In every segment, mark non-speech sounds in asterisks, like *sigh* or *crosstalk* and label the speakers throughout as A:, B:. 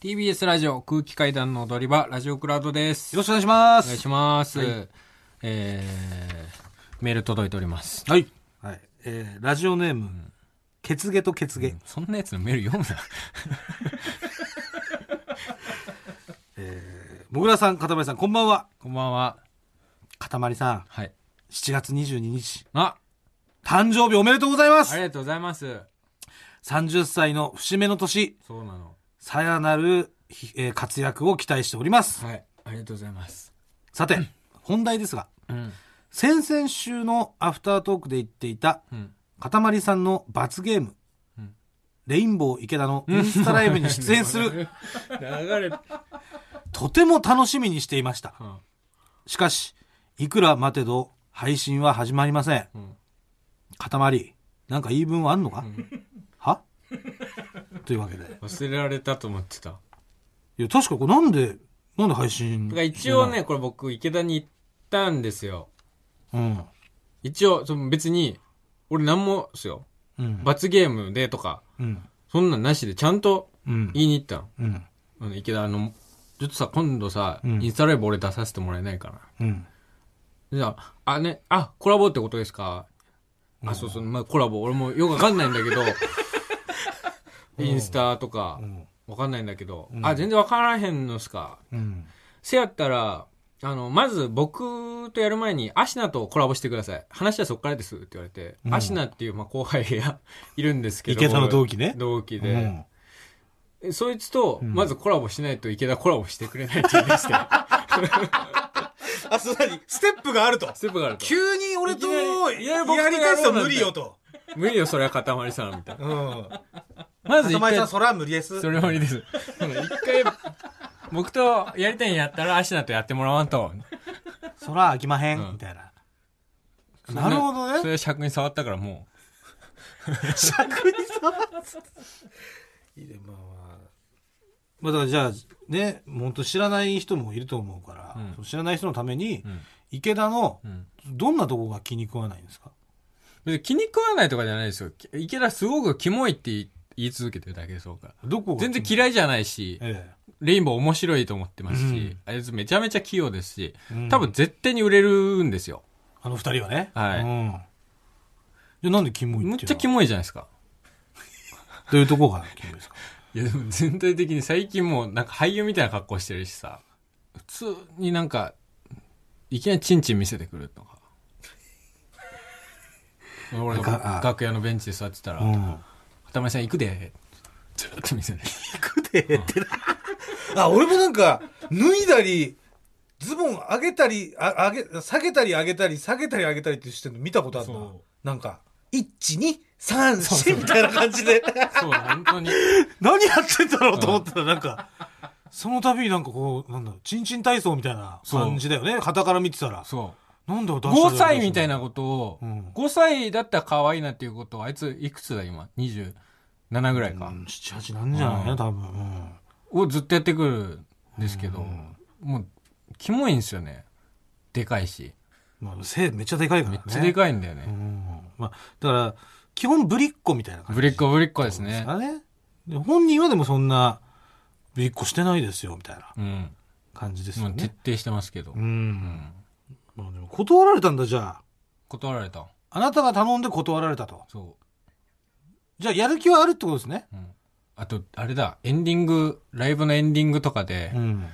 A: TBS ラジオ空気階段の踊り場、ラジオクラウドです。
B: よろしくお願いしま
A: お願いし
B: す。
A: ます。えー、メール届いております。
B: はい。はい。えーラジオネーム、血毛と血毛。
A: そんなやつのメール読むな。 *laughs*
B: もぐらさん、かたまりさん、こんばんは。
A: こんばんは。
B: かたまりさん、
A: はい。
B: 7月22日、
A: あ、
B: 誕生日おめでとうございま
A: あ
B: す
A: りがとうございます。
B: !30 歳の節目の年、
A: そうなの。
B: さらなる、ひえー活躍を期待しております。
A: はい。ありがとうございます。
B: さて、本題ですが、
A: うん。
B: 先々週のアフタートークで言っていた、
A: うん。
B: かたまりさんの罰ゲーム、
A: うん
B: レインボー池田のインスタライブに出演
A: *laughs*
B: する、
A: 流れ、うん。
B: とても楽しみにしていました。しかし、いくら待てど、配信は始まりません。
A: うん。
B: 塊、なんか言い分はあんのか、
A: ん
B: はというわけで。い
A: 忘れられたと思ってた。
B: や、確かこれなんで、なんで配信
A: だから一応ね、、これ僕、池田に行ったんですよ。
B: うん。
A: 一応、その別に、俺何もっすよ。
B: うん。
A: 罰ゲームでとか、
B: うん。
A: そんなんなしでちゃんと
B: うん。
A: 言いに行ったの。
B: うん。
A: あの池田、あの、ちょっとさ、今度さ、
B: うん
A: インスタライブ俺出させてもらえないか
B: うん。
A: な。じゃあ、あ、ね、あ、コラボってことですか、あ、そうそう、まあコラボ、俺もよくわかんないんだ
B: *laughs*
A: けど、インスタとか
B: う、ん。
A: わかんないんだけど、
B: うん
A: あ、全然わからへんのっすか。
B: うん。
A: せやったら、あの、まず僕とやる前に、アシナとコラボしてください。話はそっからですって言われて、
B: うん
A: アシナっていう、まあ、後輩が *laughs* いるんですけど。
B: 池田の同期ね
A: 同期
B: う
A: で。
B: ん。
A: えそいつと、
B: うん
A: まずコラボしないと池田コラボしてくれないって言い出して、
B: あ、そうなに、ステップがあると
A: ス。テップがあると。
B: 急に俺と、
A: いきなりいきな
B: や
A: り僕とやろう
B: りだすと無理よと。
A: 無理よ、それは塊さん、みたいな。
B: うん。
A: まず
B: 片
A: 一
B: 前
A: 回
B: さん、、そら無理です。
A: それは無理です。その一回、僕とやりたいんやったら、アシナとやってもらわんと。
B: そら飽きまへ
A: うん
B: ん、みたいな。なるほど
A: そ
B: ね。
A: れ尺に触ったからも
B: 尺に触いいね、まあまあ。まあだからじゃあ、ね、もう本当知らない人もいると思うから、
A: うん
B: その知らない人のために、
A: う。うん。
B: 池田の
A: うん。
B: どんなとこが気に食わないんですか
A: 別に気に食わないとかじゃないですよ。き池田すごくキモいって言い言い続けてるだけです、僕は。
B: どこが
A: 全然
B: い。
A: 嫌いじゃないし、
B: え
A: レインボー面白いと思ってますし、
B: うん
A: あいつめちゃめちゃ器用ですし、
B: えうん
A: 多分絶対に売れるんですよ。
B: あの二人はね。
A: はい
B: うん。じゃあなんでキモいっていうの
A: む
B: は
A: っちゃキモいじゃないですか。
B: どういうとこがキモいですか
A: いやでも全体的に最近もうなんか俳優みたいな格好してるしさ、普通になんか、いきなりチンチン見せてくるとか。俺
B: があ
A: 楽屋のベンチで座ってたら、
B: う
A: 片
B: ん。
A: 前さん行くで、ずっと見せて。
B: くてってな。あ、俺もなんか、脱いだり、ズボン上げたり、あ上げ、下げたり上げたり、下げたり上げたりってしてるの見たことあるな
A: そ。
B: なんか、1、2、3、4みたいな感じで。
A: そう、本当に。
B: *laughs* 何やってんだろうと思ったら、なんか、その度になんかこう、なんだろう、チンチン体操みたいな感じだよね。肩から見てたら。
A: そう。
B: なんだよ、
A: 5歳みたい
B: な。
A: なことを、
B: うん
A: 5歳だったら可愛いなっていうことを、あいついくつだ今 ?27 ぐらいか、
B: うん、7、8なんじゃない
A: うん
B: ね、多分。うん
A: をずっとやってくるんですけど、
B: うん
A: もう、キモいんですよね。でかいし。
B: まあ、背めっちゃでかいから
A: め
B: ね
A: っ。ちゃでかいんだよ
B: う
A: ね。
B: ん。まあ、だから、基本ぶりっ子みたいな感じ。
A: ぶりっ子ぶりっ子
B: そう
A: ですね。
B: ね。で本人はでもそんな、ぶりっ子してないですよ、みたいな
A: うん。
B: 感じです
A: も
B: よ
A: う徹
B: ね。
A: 底してますけど。
B: う。
A: うんん
B: まあでも断られたんだ、じゃあ。
A: 断られた。
B: あなたが頼んで断られたと。
A: そ
B: じゃあ、やる気はあるってことですね。
A: う。うんあと、あれだ、エンディング、ライブのエンディングとかで、
B: うん。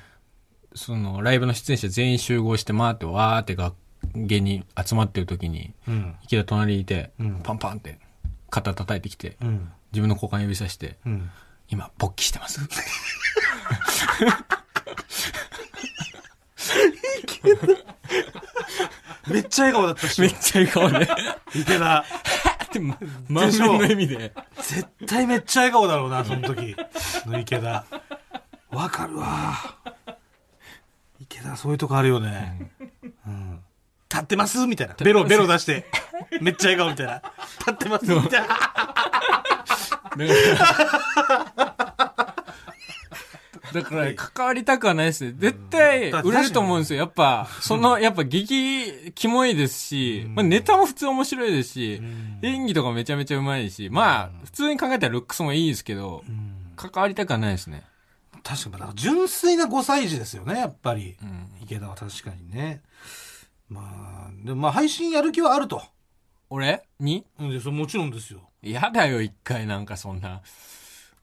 A: その、ライブの出演者全員集合して、まーって、わーって楽芸人集まってる時に、
B: うん。
A: 池田隣にいて、
B: うん
A: パンパンって肩叩いてきて、
B: うん。
A: 自分の股間指さして、
B: うん。
A: 今、勃起してます。
B: *laughs* めっちゃ笑顔だったし
A: め。っちゃいい顔 *laughs* で。
B: 池田。
A: って、
B: *laughs*
A: ま、満面の意味で。
B: 絶対めっちゃ笑顔だろうな、その時。の池田。わかるわ。池田、そういうとこあるよね。うん。立ってますみたいな。ベロ、ベロ出して。めっちゃ笑顔みたいな。立ってますみたいな。
A: だ *laughs* から、だから関わりたくはないですね。絶対売れると思うんですよ。やっぱ、その、やっぱ劇、キモいですし、まあネタも普通面白いですし、演技とかめちゃめちゃうまいし、まあ、普通に考えたらルックスもいいですけど、関わりたくはないですね。
B: 確かに、だから純粋な5歳児ですよね、やっぱり。
A: うん
B: 池田は確かにね。まあ、でもまあ配信やる気はあると。
A: 俺に
B: うんでそれもちろんですよ。
A: やだよ、一回なんかそんな、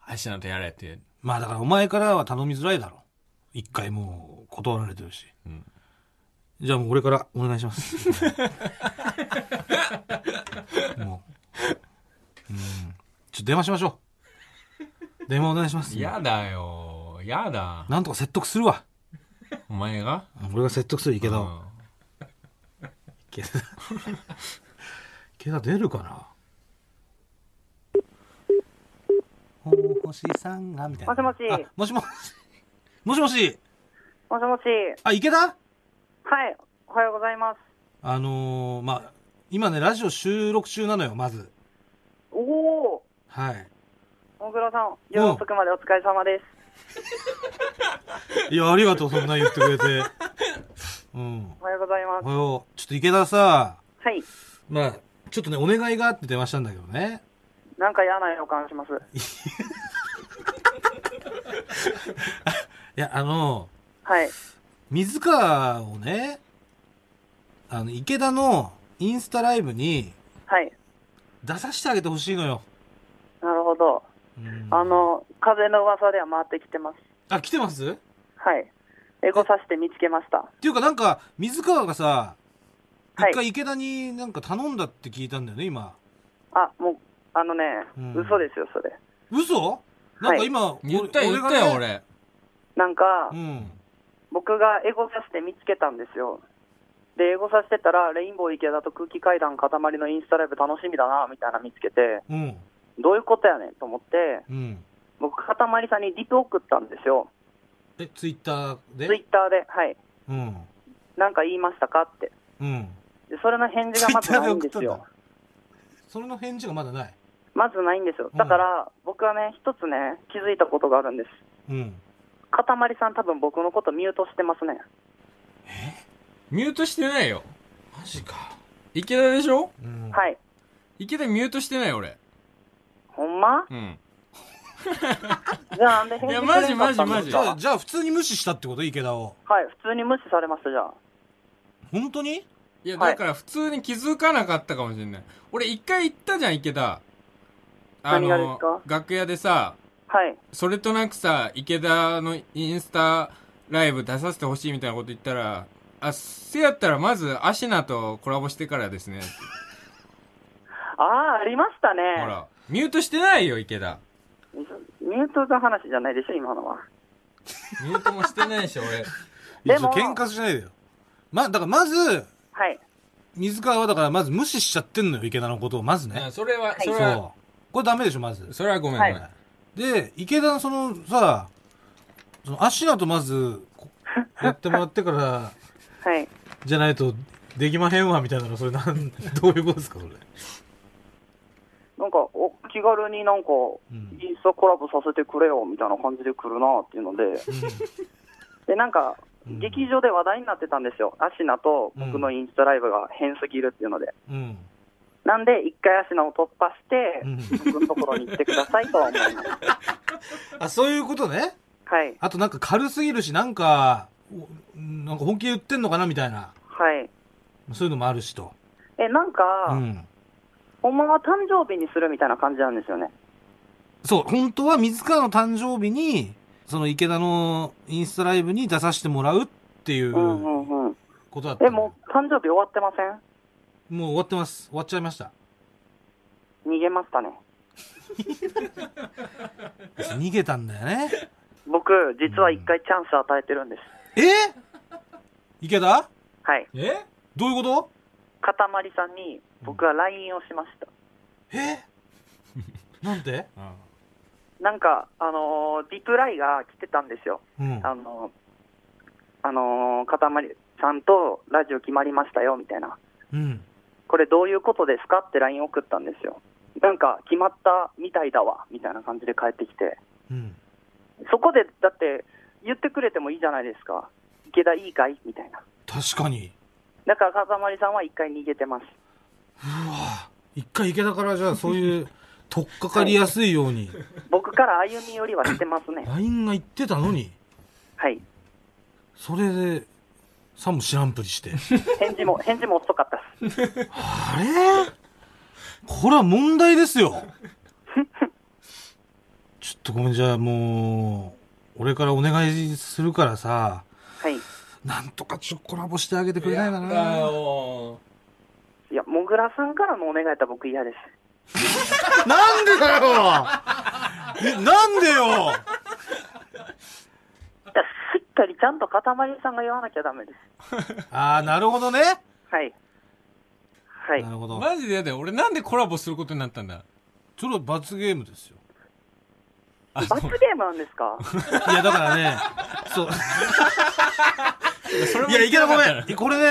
A: 足なんてやれって。
B: まあだからお前からは頼みづらいだろ。一回もう断られてるし。
A: うん
B: じゃあもう俺からお願いします。もう。うん。ちょっと電話しましょう。電話お願いします。
A: やだよ、やだ。
B: なんとか説得するわ。
A: お前が
B: 俺が説得する池田を。
A: う
B: 池田。池田出るかなお星さんがみたいな。
C: もしも
B: あもしも
C: し
B: し。もしもし。
C: もしもし。
B: あ、池田
C: はい。おはようございます。
B: あのーまあ、今ね、ラジオ収録中なのよ、まず。
C: おお
B: はい。
C: 大黒さん、夜遅くまでお疲れ様です。
B: いや、ありがとう、そんな言ってくれて。 *laughs* うん。
C: おはようございま
B: お
C: す。
B: はよう。ちょっと池田さ、
C: はい。
B: まあ、ちょっとね、お願いがあって電話したんだけどね。
C: なんか嫌な予感します。
B: いや、あの
C: はい。
B: 水川をね、あの、池田のインスタライブに
C: はい。
B: 出させてあげてほしいのよ。
C: なるほど。
B: うん
C: あ、の、風の噂では回ってきてます。
B: あ、来てますっ
C: はい。エゴさして見つけました。
B: ていうかなんか、水川がさ、
C: はい
B: 一回池田になんか頼んだって聞いたんだよね、今。
C: あ、もう、あのね、
B: うん
C: 嘘ですよ、それ。
B: 嘘なんか今、
A: ん言ったよ、言った
B: が
A: よ、俺。
B: ね
C: なんか、
B: うん。
C: 僕がエゴさして見つけたんですよ。で、エゴさしてたら、レインボー池田と空気階段塊のインスタライブ楽しみだな、みたいなの見つけて、
B: うん。
C: どういうことやねんと思って、
B: うん。
C: 僕、かたまりさんにリプ送ったんですよ、
B: え、ツイッターで
C: ツイッターで、はい、
B: うん。
C: なんか言いましたかって、
B: うん。
C: でそれの返事がまずないんです
B: Twitter で送
C: よ
B: っ、それの返事がまだない。
C: まずないんですよ、
B: うん
C: だから僕はね、一つね、気づいたことがあるんです、
B: うん。
C: かたまりさん、多分僕のことミュートしてますね、
A: ミュートしてないよ。
B: マジか。
A: 池田でしょ
B: うん。い。
C: はい、
A: 池田ミュートしてない、俺。
C: ほんま
A: うん。
C: じゃあ、なんで返事くれんかったん
A: マ
C: です
A: ジ
B: じ
C: か
B: ゃあ、じゃあ普通に無視したってこと池田を。
C: はい、普通に無視されました、じゃあ、
B: 本当に
A: いや、
C: はい
A: だから普通に気づかなかったかもしれない。俺一回行ったじゃん、池田。
C: 何がですか
A: 楽屋でさ、
C: はい、
A: それとなくさ、池田のインスタライブ出させてほしいみたいなこと言ったら、あ、せやったらまずアシナとコラボしてからですね。
C: あー、ありましたね、
A: ほら、ミュートしてないよ、池田。
C: ミュートの話じゃないでしょ、今のは。
A: ミュートもしてないし、 *laughs* 俺。
C: でも
B: いや喧嘩しないでよ。ま、だからまず、
C: はい、
B: 水川はだからまず無視しちゃってんのよ、池田のことを、まず
A: うん
B: ね。
A: それは、
C: い
A: そ
B: そ
A: れは、
B: う。これダメでしょ、まず。
A: それはごめんごめん。
C: は
B: で、池田のそのさ、その足名とまず、
C: *laughs*
B: こやってもらってから、
C: はい、
B: じゃないと、できまへんわ、みたいなの、それなん、どういうことですか、それ。
C: なんかお気軽になんか、
B: うん。
C: インスタコラボさせてくれよみたいな感じで来るなっていうので、でなんか、
B: うん
C: 劇場で話題になってたんですよ、アシナと僕のインスタライブが変すぎるっていうので、
B: うん。
C: なんで一回アシナを突破して、
B: うん
C: 僕のところに行ってくださいと
B: *laughs*
C: は思います。
B: あ、そういうことね。
C: はい、
B: あとなんか軽すぎるし、なんか、おなんか本気で言ってんのかな、みたいな。
C: はい、
B: そういうのもあるしと。
C: えなんか、
B: うん。
C: ほんまは誕生日にするみたいな感じなんですよね。
B: そう、本当は水川の誕生日に、その池田のインスタライブに出させてもらうっていう
C: うんう
B: こ
C: んうん、
B: とだった
C: え
B: の、
C: もう誕生日終わってません
B: もう終わってます。終わっちゃいました。
C: 逃げましたね。
B: 逃げたんだよね。
C: 僕、実は一回チャンス与えてるんです。
B: え池田
C: はい。
A: え
B: どういうこと
C: かたまりさんに僕は LINE をしました。
B: えなんて
C: なんか、あのーリプライが来てたんですよ、
B: うん。
C: あのーあのーかたまりさんとラジオ決まりましたよみたいな、
B: うん。
C: これどういうことですかって LINE 送ったんですよ、なんか決まったみたいだわみたいな感じで帰ってきて、
B: うん。
C: そこでだって、言ってくれてもいいじゃないですか、池田いいかいみたいな、
B: 確かに。
C: だからかたまりさんは一回逃げてます、
B: *laughs* うわ一回池田からじゃあそういう、取っかかりやすいように。
C: 僕、から歩み寄りはしてますね。
B: LINE が言ってたのに、
C: はい。
B: それで、さも知らんぷりして。
C: 返事も、返事も遅かったです。
B: あれこれは問題ですよ。ちょっとごめん、じゃあもう、俺からお願いするからさ、
C: はい。
B: なんとかちょっとコラボしてあげてくれないか
A: あ
B: な。
A: ー
C: いや、もぐらさんからのお願いやったら僕嫌です。
B: なんでだよえなんでよ
C: だからしっかりちゃんと塊さんが言わなきゃダメです。
B: ああ、なるほどね。
C: はい。はい
B: な。るほど。
A: マジでやだよ。俺なんでコラボすることになったんだ
B: ちょっと罰ゲームですよ。
A: あの
C: 罰ゲームなんですか
B: いや、だからね、そう。
A: それも
B: いや、
A: 言っ
B: いけ
A: て
B: な
A: なかった
B: い、ごめん。これね、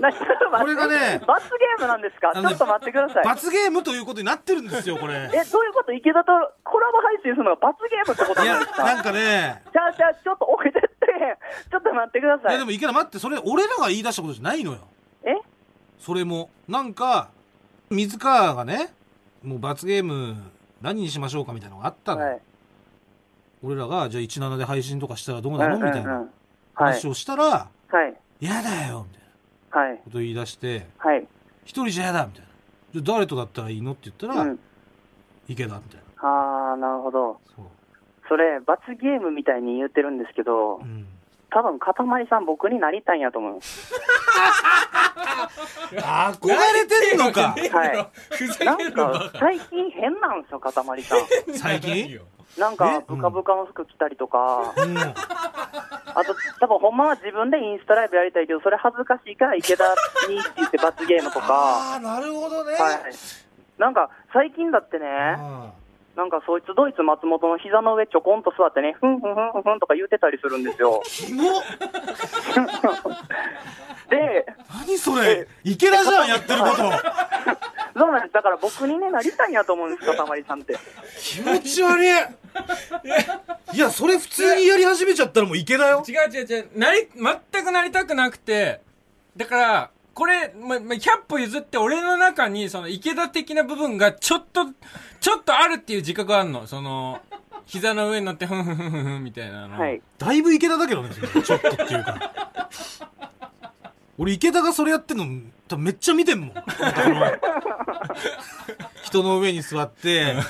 C: なちょっと
B: こ
C: 待
B: れ
C: って
B: がね
C: 罰ゲームなんですか
B: あ
C: ち
B: のね
C: ょっと待ってください。
B: 罰ゲームということになってるんですよ、これ。
C: え、どういうこと池田とコラボ配信するのが罰ゲームってこと
B: いや
C: なんです、か
B: なんかね、
C: じゃあ、じゃあ、ちょっと置いてって、ちょっと待ってくだ
B: い
C: さ
B: や、
C: い。
B: でも池田待って、それ俺らが言い出したことじゃないのよ。
C: え
B: それも。なんか、水川がね、もう罰ゲーム、何にしましょうかみたいなのがあったの。
C: はい。
B: 俺らが、じゃあ17で配信とかしたらどうなのみたい
C: うんうんう
B: なん
C: はい。
B: 話をしたら、
C: はい。
B: 嫌だよみたいな
C: はい。
B: ことを言い出して、
C: はい。
B: 一人じゃ嫌だみたいな。じゃあ誰とだったらいいのって言ったら、
C: うん。
B: 池田みたいな。
C: あー、なるほど。
B: そう。
C: それ、罰ゲームみたいに言ってるんですけど
B: う、ん。
C: 多分、かたまりさん僕になりたいんやと *laughs* 思う。
B: 憧れてんのか
C: はい。
A: ふざ
C: な
A: ける
C: ん
A: のバ
C: か、
A: カ。
C: 最近変なんですよ、かたまり *laughs* さん。
B: 最近
A: ないよ
C: なん
B: え
C: か、ブカブカの服着たりとか、
B: うん。
C: あと、多分、ほんまは自分でインスタライブやりたいけど、それ恥ずかしいから池田にって言って罰ゲームとか、
B: ああ、なるほどね。
C: はい。なんか、最近だってね、
B: うん
C: なんかそいつドイツ松本の膝の上ちょこんと座ってね、ふんふんふんふんとか言うてたりするんですよ。
B: キモ
C: で、
B: 何それ池田じゃんやってること
C: そうなんです。だから僕にね、なりたいんやと思うんですかたまりさんって。
B: 気持ち悪いいやそれ普通にやり始めちゃったらもう池田よ
A: 違う違う違う。なり、全くなりたくなくて、だから、これ、ま、ま、100歩譲って俺の中に、その池田的な部分がちょっと、ちょっとあるっていう自覚があるの。その、膝の上に乗って、ふんふんふんふんみたいなの。
C: *laughs* はい。
B: だいぶ池田だけどねそれちょっとっていうか俺池田がそれやってんの多分めっちゃ見てんもんなんかあの人の上に座って
C: はい。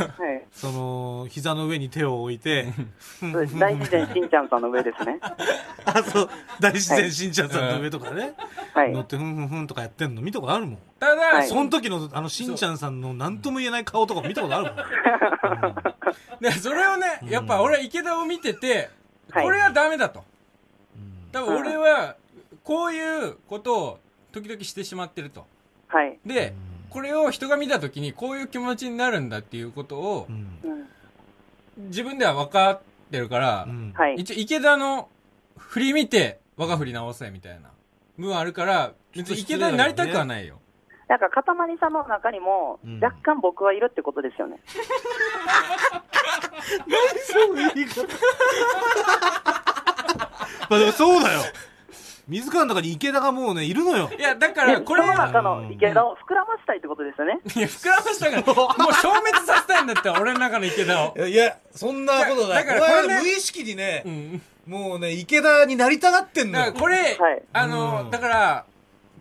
B: その膝の上に手を置いて
C: そうです大自然しんちゃんさんの上ですね。
B: あそう大自然しんちゃんさんの上とかね、
C: はい
B: 乗。ってふんふんふんとかやってんの見たことあるもん
A: ただ、
C: はい
B: その時の、あの、しんちゃんさんの何とも言えない顔とかも見たことあるもん。
A: でそれをね、やっぱ俺は池田を見てて、
C: はい
A: これはダメだと。
B: うん
A: 多分俺は、こういうことを時々してしまってると。
C: はい。
A: で、これを人が見た時にこういう気持ちになるんだっていうことを
B: う、ん
C: うん。
A: 自分では分かってるから、
B: うん
C: はい。
A: 一応池田の振り見て、我が振り直せみたいな、部分あるから、別に池田になりたくはないよ。
C: なんか、かたまりさんの中にも
B: うん、
C: 若干僕はいるってことですよね。
B: まあでもそうだよ。水川の中に池田がもうね、いるのよ。
A: いや、だから、
C: で、
A: こ
C: こ
A: れ
C: の
A: は、
C: 中の池田を膨らましたいってことですよね。
A: いや、膨らました
C: *laughs*
A: から、もう消滅させたいんだったら、俺の中の池田を。
B: いや、そんなことない。
A: だからこれね
B: お前ら無意識にね
A: う、ん。
B: もうね、池田になりたがってんの
A: だから、
B: よ。
A: これ
C: はい、
A: あ
B: う
A: の、
B: ん
A: だから、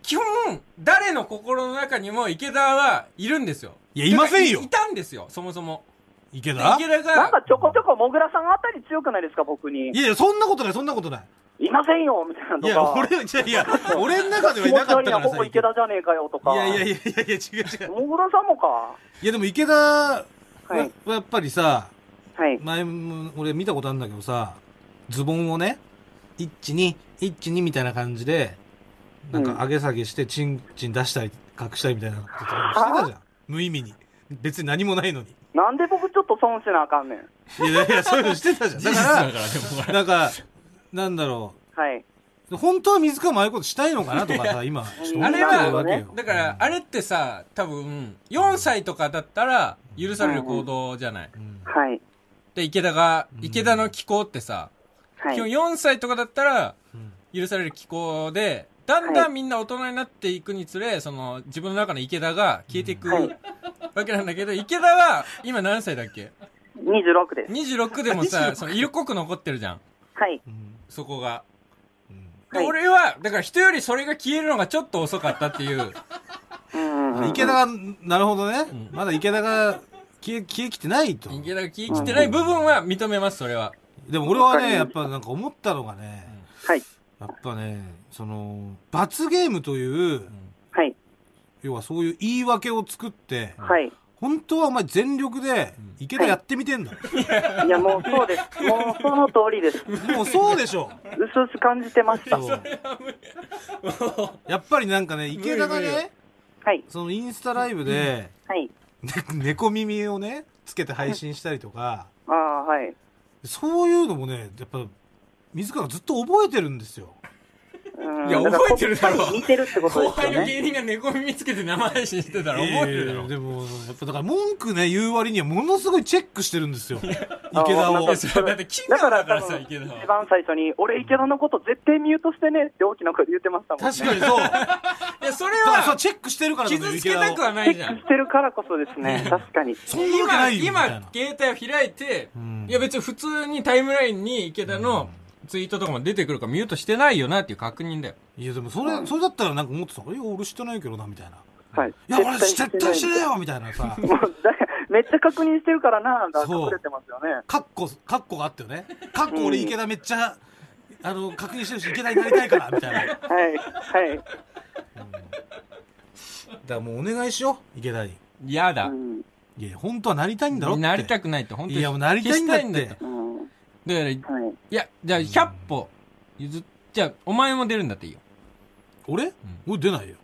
A: 基本、誰の心の中にも池田はいるんですよ。
B: いやいませんよ
A: いたんですよ、そもそも。
B: 池
A: で
B: 田
A: 池田
C: なんか
A: が、
C: ちょこちょこもぐらさんあたり強くないですか、僕に
B: い。やいや、そんなことない、そんなことない。
C: いませんよみたいなの
B: い
C: と
B: や、
C: か。
B: 俺、いやいや、俺の中では
C: 気
B: い
C: 持
B: な
C: ち
B: かっ
C: 悪
B: た
C: いな、
B: から
C: ここ池田じゃねえかよとか。
B: いやいやいやいやいや、違う違う。
C: もぐらさんもか。
B: いや、でも池田は、
C: はい。
B: やっぱりさ、
C: はい。
B: 前も俺見たことあるんだけどさズボンをね1212みたいな感じでなんか上げ下げしてチンチン出したり隠したりみたいなこととかしてたじゃん無意味に別に何もないのに
C: なんで僕ちょっと損しなあかんね
B: い
C: ん。
B: やいやいやそういうのして
A: *laughs*
B: たじゃんだか
A: 事実だから
B: なんかなんだろ
C: はい。
B: う本当は水川もああいうことしたいのかなとかさ今ちょっと思
A: あ
B: って
A: れ
B: る
A: は
B: わけよ
A: だから、あれってさ、多分、4歳とかだったら、許される行動じゃない。
B: うん
C: はい。
A: で、池田が
B: う、ん
A: 池田の気候ってさ、
C: はい。
A: 基本4歳とかだったら、
B: うん
A: 許される気候で、だんだ
C: は
A: んみんな大人になっていくにつれ、その、自分の中の池田が消えていく
C: はい
A: わけなんだけど、池田は、今何歳だっけ
C: 26です。
A: 26でもさ、その色濃く残ってるじゃん。
C: はい。
B: うん
A: そこが。
B: うん
A: で、
C: はい
A: 俺は、だから人よりそれが消えるのがちょっと遅かったって
B: *laughs*
A: いう。
C: うんうんうん。
B: 池田が、なるほどね。
A: うん
B: まだ池田が消え、消えきてないと。
A: 池田が消えきてない部分は認めます、それは。
B: でも俺はね、や
C: わ
B: っ
C: か
B: ぱなんか思ったのがね、
C: はい。
B: やっぱね、その、罰ゲームという、
C: はい。
B: 要はそういう言い訳を作って、
C: はい。
B: 本当はお前全力で
A: ん、
B: 池田やってみてんだ。
C: いや、もうそうです。もうその通
B: *laughs*
C: りです。
B: もうそうで
A: *laughs*
B: しょ。
C: うすうす感じてました。
B: そうやっぱりなんかね、池田が
A: 無理無理
B: ね、
C: はい。
B: そのインスタライブで、
C: はい。
B: ね猫耳をね、つけて配信したりとか、
C: ああ、はい。
B: そういうのもね、やっぱ、水川がずっと覚えてるんですよ。
C: うん
A: いや
C: だから
A: 覚えてるだろ
C: こっちに似てるってこと
A: 後
C: です
A: 輩
C: よ
A: の
C: ね。
A: 芸人が猫耳つけて生配信してたら覚えてるだろ。
B: でも、やっぱだから文句ね、言う割にはものすごいチェックしてるんで
A: *laughs*
B: すよ。池
C: あ
B: 田
C: わ
B: を
C: か。
A: それだって金
C: だ
A: 魚だ
C: から
A: か
C: 多
A: らさ、
C: 分、
A: 池田
C: 一
A: は。
C: 番最初に、俺池田のこと絶対ミュートしてねって大きな声で言ってましたもんね。
B: 確かに
A: *laughs*
B: そう。だか
A: いや、それ
B: らそう
A: は、
B: チェックしてるからなんだよ
A: 傷つけたくはない
C: チ
A: じ
C: ェ
A: ゃ
C: ック
A: ん
C: し。てるからこそですね。確かに。
B: そんなわけないよ。みたい
A: 今
B: な、
A: 携帯を開いて
B: う、ん
A: いや別に普通にタイムラインに池田のツイートとかも出てくるからミュートしてないよなっていう確認だよ。
B: いや、でもそれ、それだったらなんか思ってた。いや、俺してないけどな、みたいな。
C: はい。
B: いや、俺絶対して
C: な
B: ね
C: い
B: えよみたいなさ。
C: もうだめっちゃ確認してるからな、が
B: そう
C: 隠れてますよね。
B: カッコ、カッコがあったよね。カッコ俺池田めっちゃ、あの、確認してるし、池田になりたいから、みたいな。だか
C: はい。はい。
B: らもうお願いしよう、池田に。
A: 嫌だ
C: う。ん。
B: いや、本当はなりたいんだろって。
A: なりた
B: く
A: くないって、本当に。
B: いや、もうなりたいんだって。
A: 消したいんだと
C: うん。
A: だから、い
C: はい。
A: や、じゃあ100歩譲っ、じゃあお前も出るんだっていいよ。 *laughs*
B: 俺、俺出ないよ。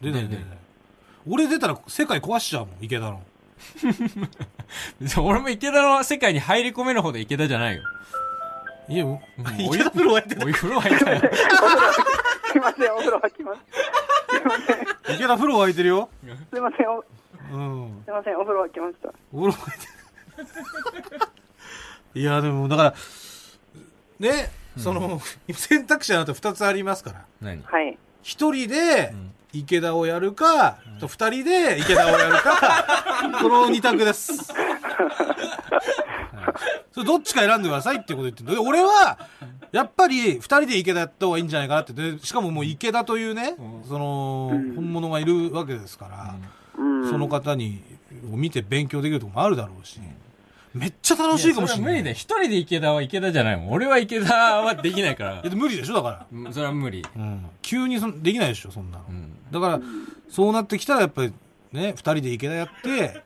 B: 出ない
A: 出
B: 出
A: な
B: ないい。俺出たら世界壊しちゃうもん、池田の。
A: そう俺も池田の世界に入り込めるほど池田じゃないよ。
B: いや、もう
A: お
B: 池
A: 湯
B: 田プロやって
A: おい、風呂入った
B: *laughs*
A: よ。
C: すいません、お風呂沸きます。
B: 池田プロ湧いてるよ。
C: すいません、お
B: うん。
C: すいません、お風呂沸きました。
B: お風呂沸いてる。いや、でも、だから、ね、その、選択肢はあと2つありますから。
A: 何
C: はい。
B: 一人で
A: ん
B: 池田をやるか、と二人で池田をやる *laughs* か、この二択です。はいそれどっちか選んでくださいってこと言ってるで俺は、やっぱり二人で池田やった方がいいんじゃないかなって。でしかももう池田というね、その、本物がいるわけですから、
C: うん。
B: その方に、を見て勉強できるとこもあるだろうし、めっちゃ楽しいかも
A: やそ
B: しれない。
A: は無理だよ。一人で池田は池田じゃないもん。俺は池田はでき *laughs* ないから
B: いや。でも無理でしょだから。
A: うんそれは無理。
B: うん、急にそんできないでしょそんなの、
A: ん
B: だからそうなってきたらやっぱりね2人で池田やって、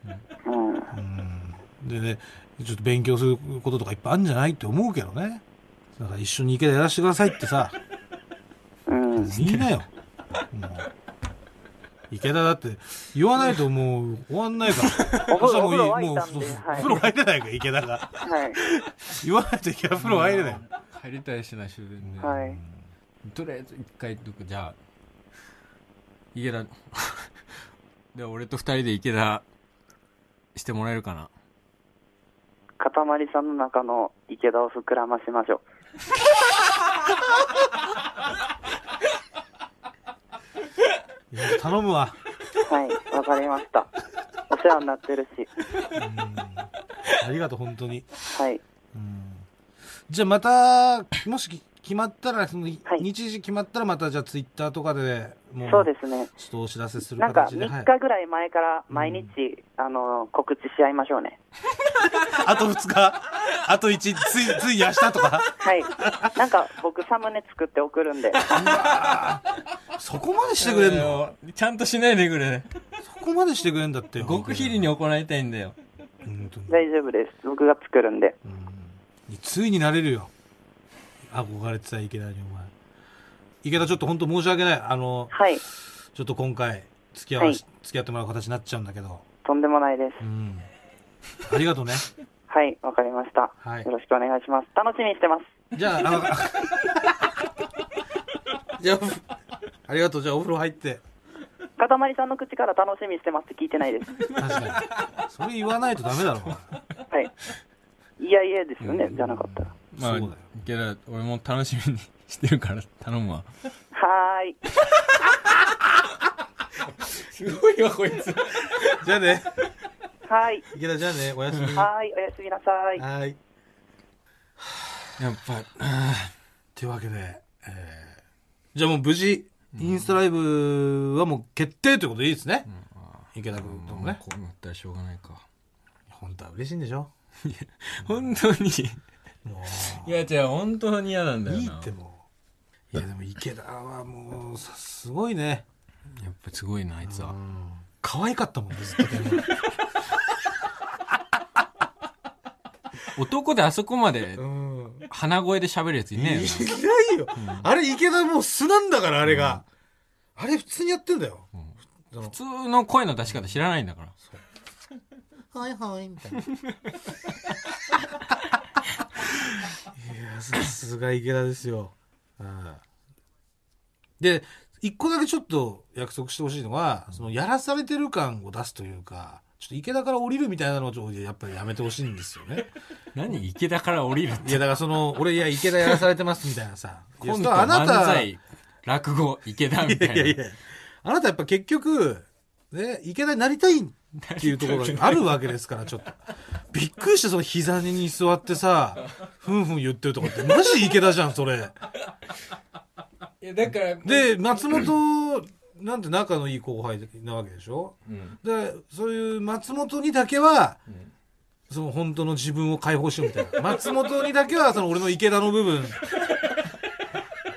C: うん。
B: うん、でねちょっと勉強することとかいっぱいあるんじゃないって思うけどねだから一緒に池田やらせてくださいってさ
C: うん。
B: 言いなよもう池田だって言わないともう終わんないから
C: お風
B: そ
C: 呂
B: したらもういい
C: お風呂沸いたんで
B: もうそう
C: はい
B: 風呂入れないから池田が
C: はい。
B: 言わないと池田風呂入れない、
A: 入りたいしない終電で。
C: はい。
A: とりあえず一回言っとく。じゃあ、池田。 *laughs* で、俺と二人で池田してもらえるかな。
C: かたまりさんの中の池田を膨らましましょ
B: いや頼むわ
C: う。はい。わかりました。お世話になってるし。
B: ありがとう本当に
C: はい。
B: じゃあまた、もしき決まったら、その、
C: はい
B: 日時決まったらまた、じゃあツイッターとかで、もう、
C: そうですね。
B: ちょっとお知らせする
C: なんか
B: 形で、は
C: 3
B: い。
C: 日ぐらい前から毎日、あの、告知し合いましょうね。
B: あと2日、 *laughs* あと1、つい、ついに明日とか。
C: はい。なんか僕サムネ作って送るんで。 *laughs*
B: そこまでしてくれんの
A: えーちゃんとしないでくれ。
B: そこまでしてくれんだってよ。
A: 極秘裏に行いたいんだよ。
B: 本当に。
C: 大丈夫です。僕が作るんで。
B: うんついになれるよ。憧れてた池田に、お前。池田ちょっと本当申し訳ない。あの、
C: はい。
B: ちょっと今回、付き合わし、
C: は
B: 付き合ってもらう形になっちゃうんだけど。
C: とんでもないです。
B: うん。ありがとうね。
C: はい、わかりました。
B: はい
C: よろしくお願いします。楽しみにしてます。
B: じゃあ、あの、 *laughs* じゃあ、ありがとう。じゃあ、お風呂入って。
C: かたまりさんの口から楽しみにしてますって聞いてない
B: *laughs*
C: です。
B: 確かに。それ言わないとダメだろ。
C: はい。いやいやですよね、じゃなかったら。
A: まあ
B: そうだよ、
A: 池田、俺も楽しみにしてるから頼むわ。
C: はーい。
A: すごいわ、こいつ。
B: じゃあね。
C: ははい。
B: 池田じゃあね、おやすみ。
C: はい、おやすみなさい。
B: はい。
A: やっぱ、あ
B: というわけで、えーじゃあもう無事、インスタライブはもう決定ということでいいですね。池田君と
A: ー
B: もね。
A: こうなったらしょうがないか。
B: 本当は嬉しいんでしょ
A: 本当に。
B: も
A: いや、違う、本当に嫌なん
B: う、
A: だよな。
B: いいってもう。いやでも池田はもう、さすごいね。
A: やっぱすごいな、あいつは。
B: 可愛かったもんね、ずっと電話。
A: 男であそこまで
B: *laughs* うん。
A: 鼻声で喋るやついねえよ
B: いないよ。あれ池田もう素なんだから、あれが。あれ普通にやってんだよ。その
A: な。普通の声の出し方知らないんだから。
B: はいはい、みたいな。いや、さすが池田ですよ。うんで、一個だけちょっと約束してほしいのは、その、やらされてる感を出すというか、ちょっと池田から降りるみたいなのをちょっとやっぱりやめてほしいんですよね。
A: 何池田から降りるって
B: いや、だからその、俺、いや、池田やらされてますみたいなさ。いや
A: コン
B: それ
A: ト、
B: はあな
A: 漫
B: た、
A: 才、落語、池田みたいな。
B: いやいやいやあなたやっぱ結局、ね、池田になりたいっていうところがあるわけですから、ちょっと。びっくりして、その膝に座ってさ、ふんふん言ってるとかって、マジ池田じゃん、それ。
A: いやだから、
B: で、松本、なんて仲のいい後輩なわけでしょ
A: うん、
B: で、そういう松本にだけは、その本当の自分を解放しようみたいな。 *laughs* 松本にだけは、その俺の池田の部
A: *laughs*
B: 分、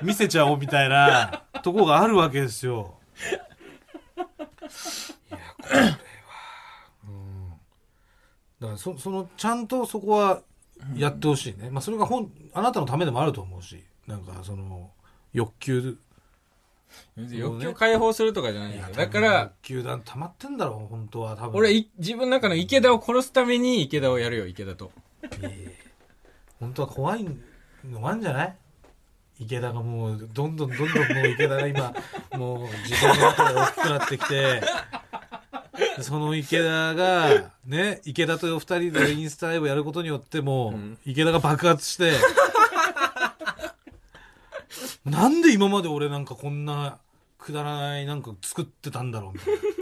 B: 見せちゃおうみたいなとこがあるわけですよ。いや、これは、うん。だからそ、その、ちゃんとそこはやってほしいね。まあ、それが本、あなたのためでもあると思うし、なんか、その、欲求、
A: 別に欲求解放するとかじゃないんだよ。だから
B: 欲、求だ、溜まってんだろう、本当は、多分。
A: 俺、い自分の中の池田を殺すために池田をやるよ、池田と。
B: 本当は怖いのもあるんじゃない池田がもうどんどんどんどんもう池田が今 *laughs* もう自分の中で大きくなってきてその池田がね池田とお二人でインスタライブやることによっても
A: ん
B: う池田が爆発して *laughs* なんで今まで俺なんかこんなくだらないなんか作ってたんだろうみ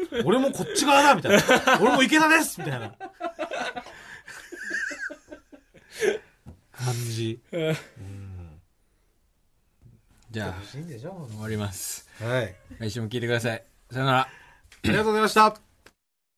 B: たいな俺もこっち側だみたいな俺も池田ですみたいな感じ
A: じゃあ、
B: しいんでしょ
A: 終わります。
B: はい。
A: 来週も聞いてください。さよなら。
B: ありがとうございました。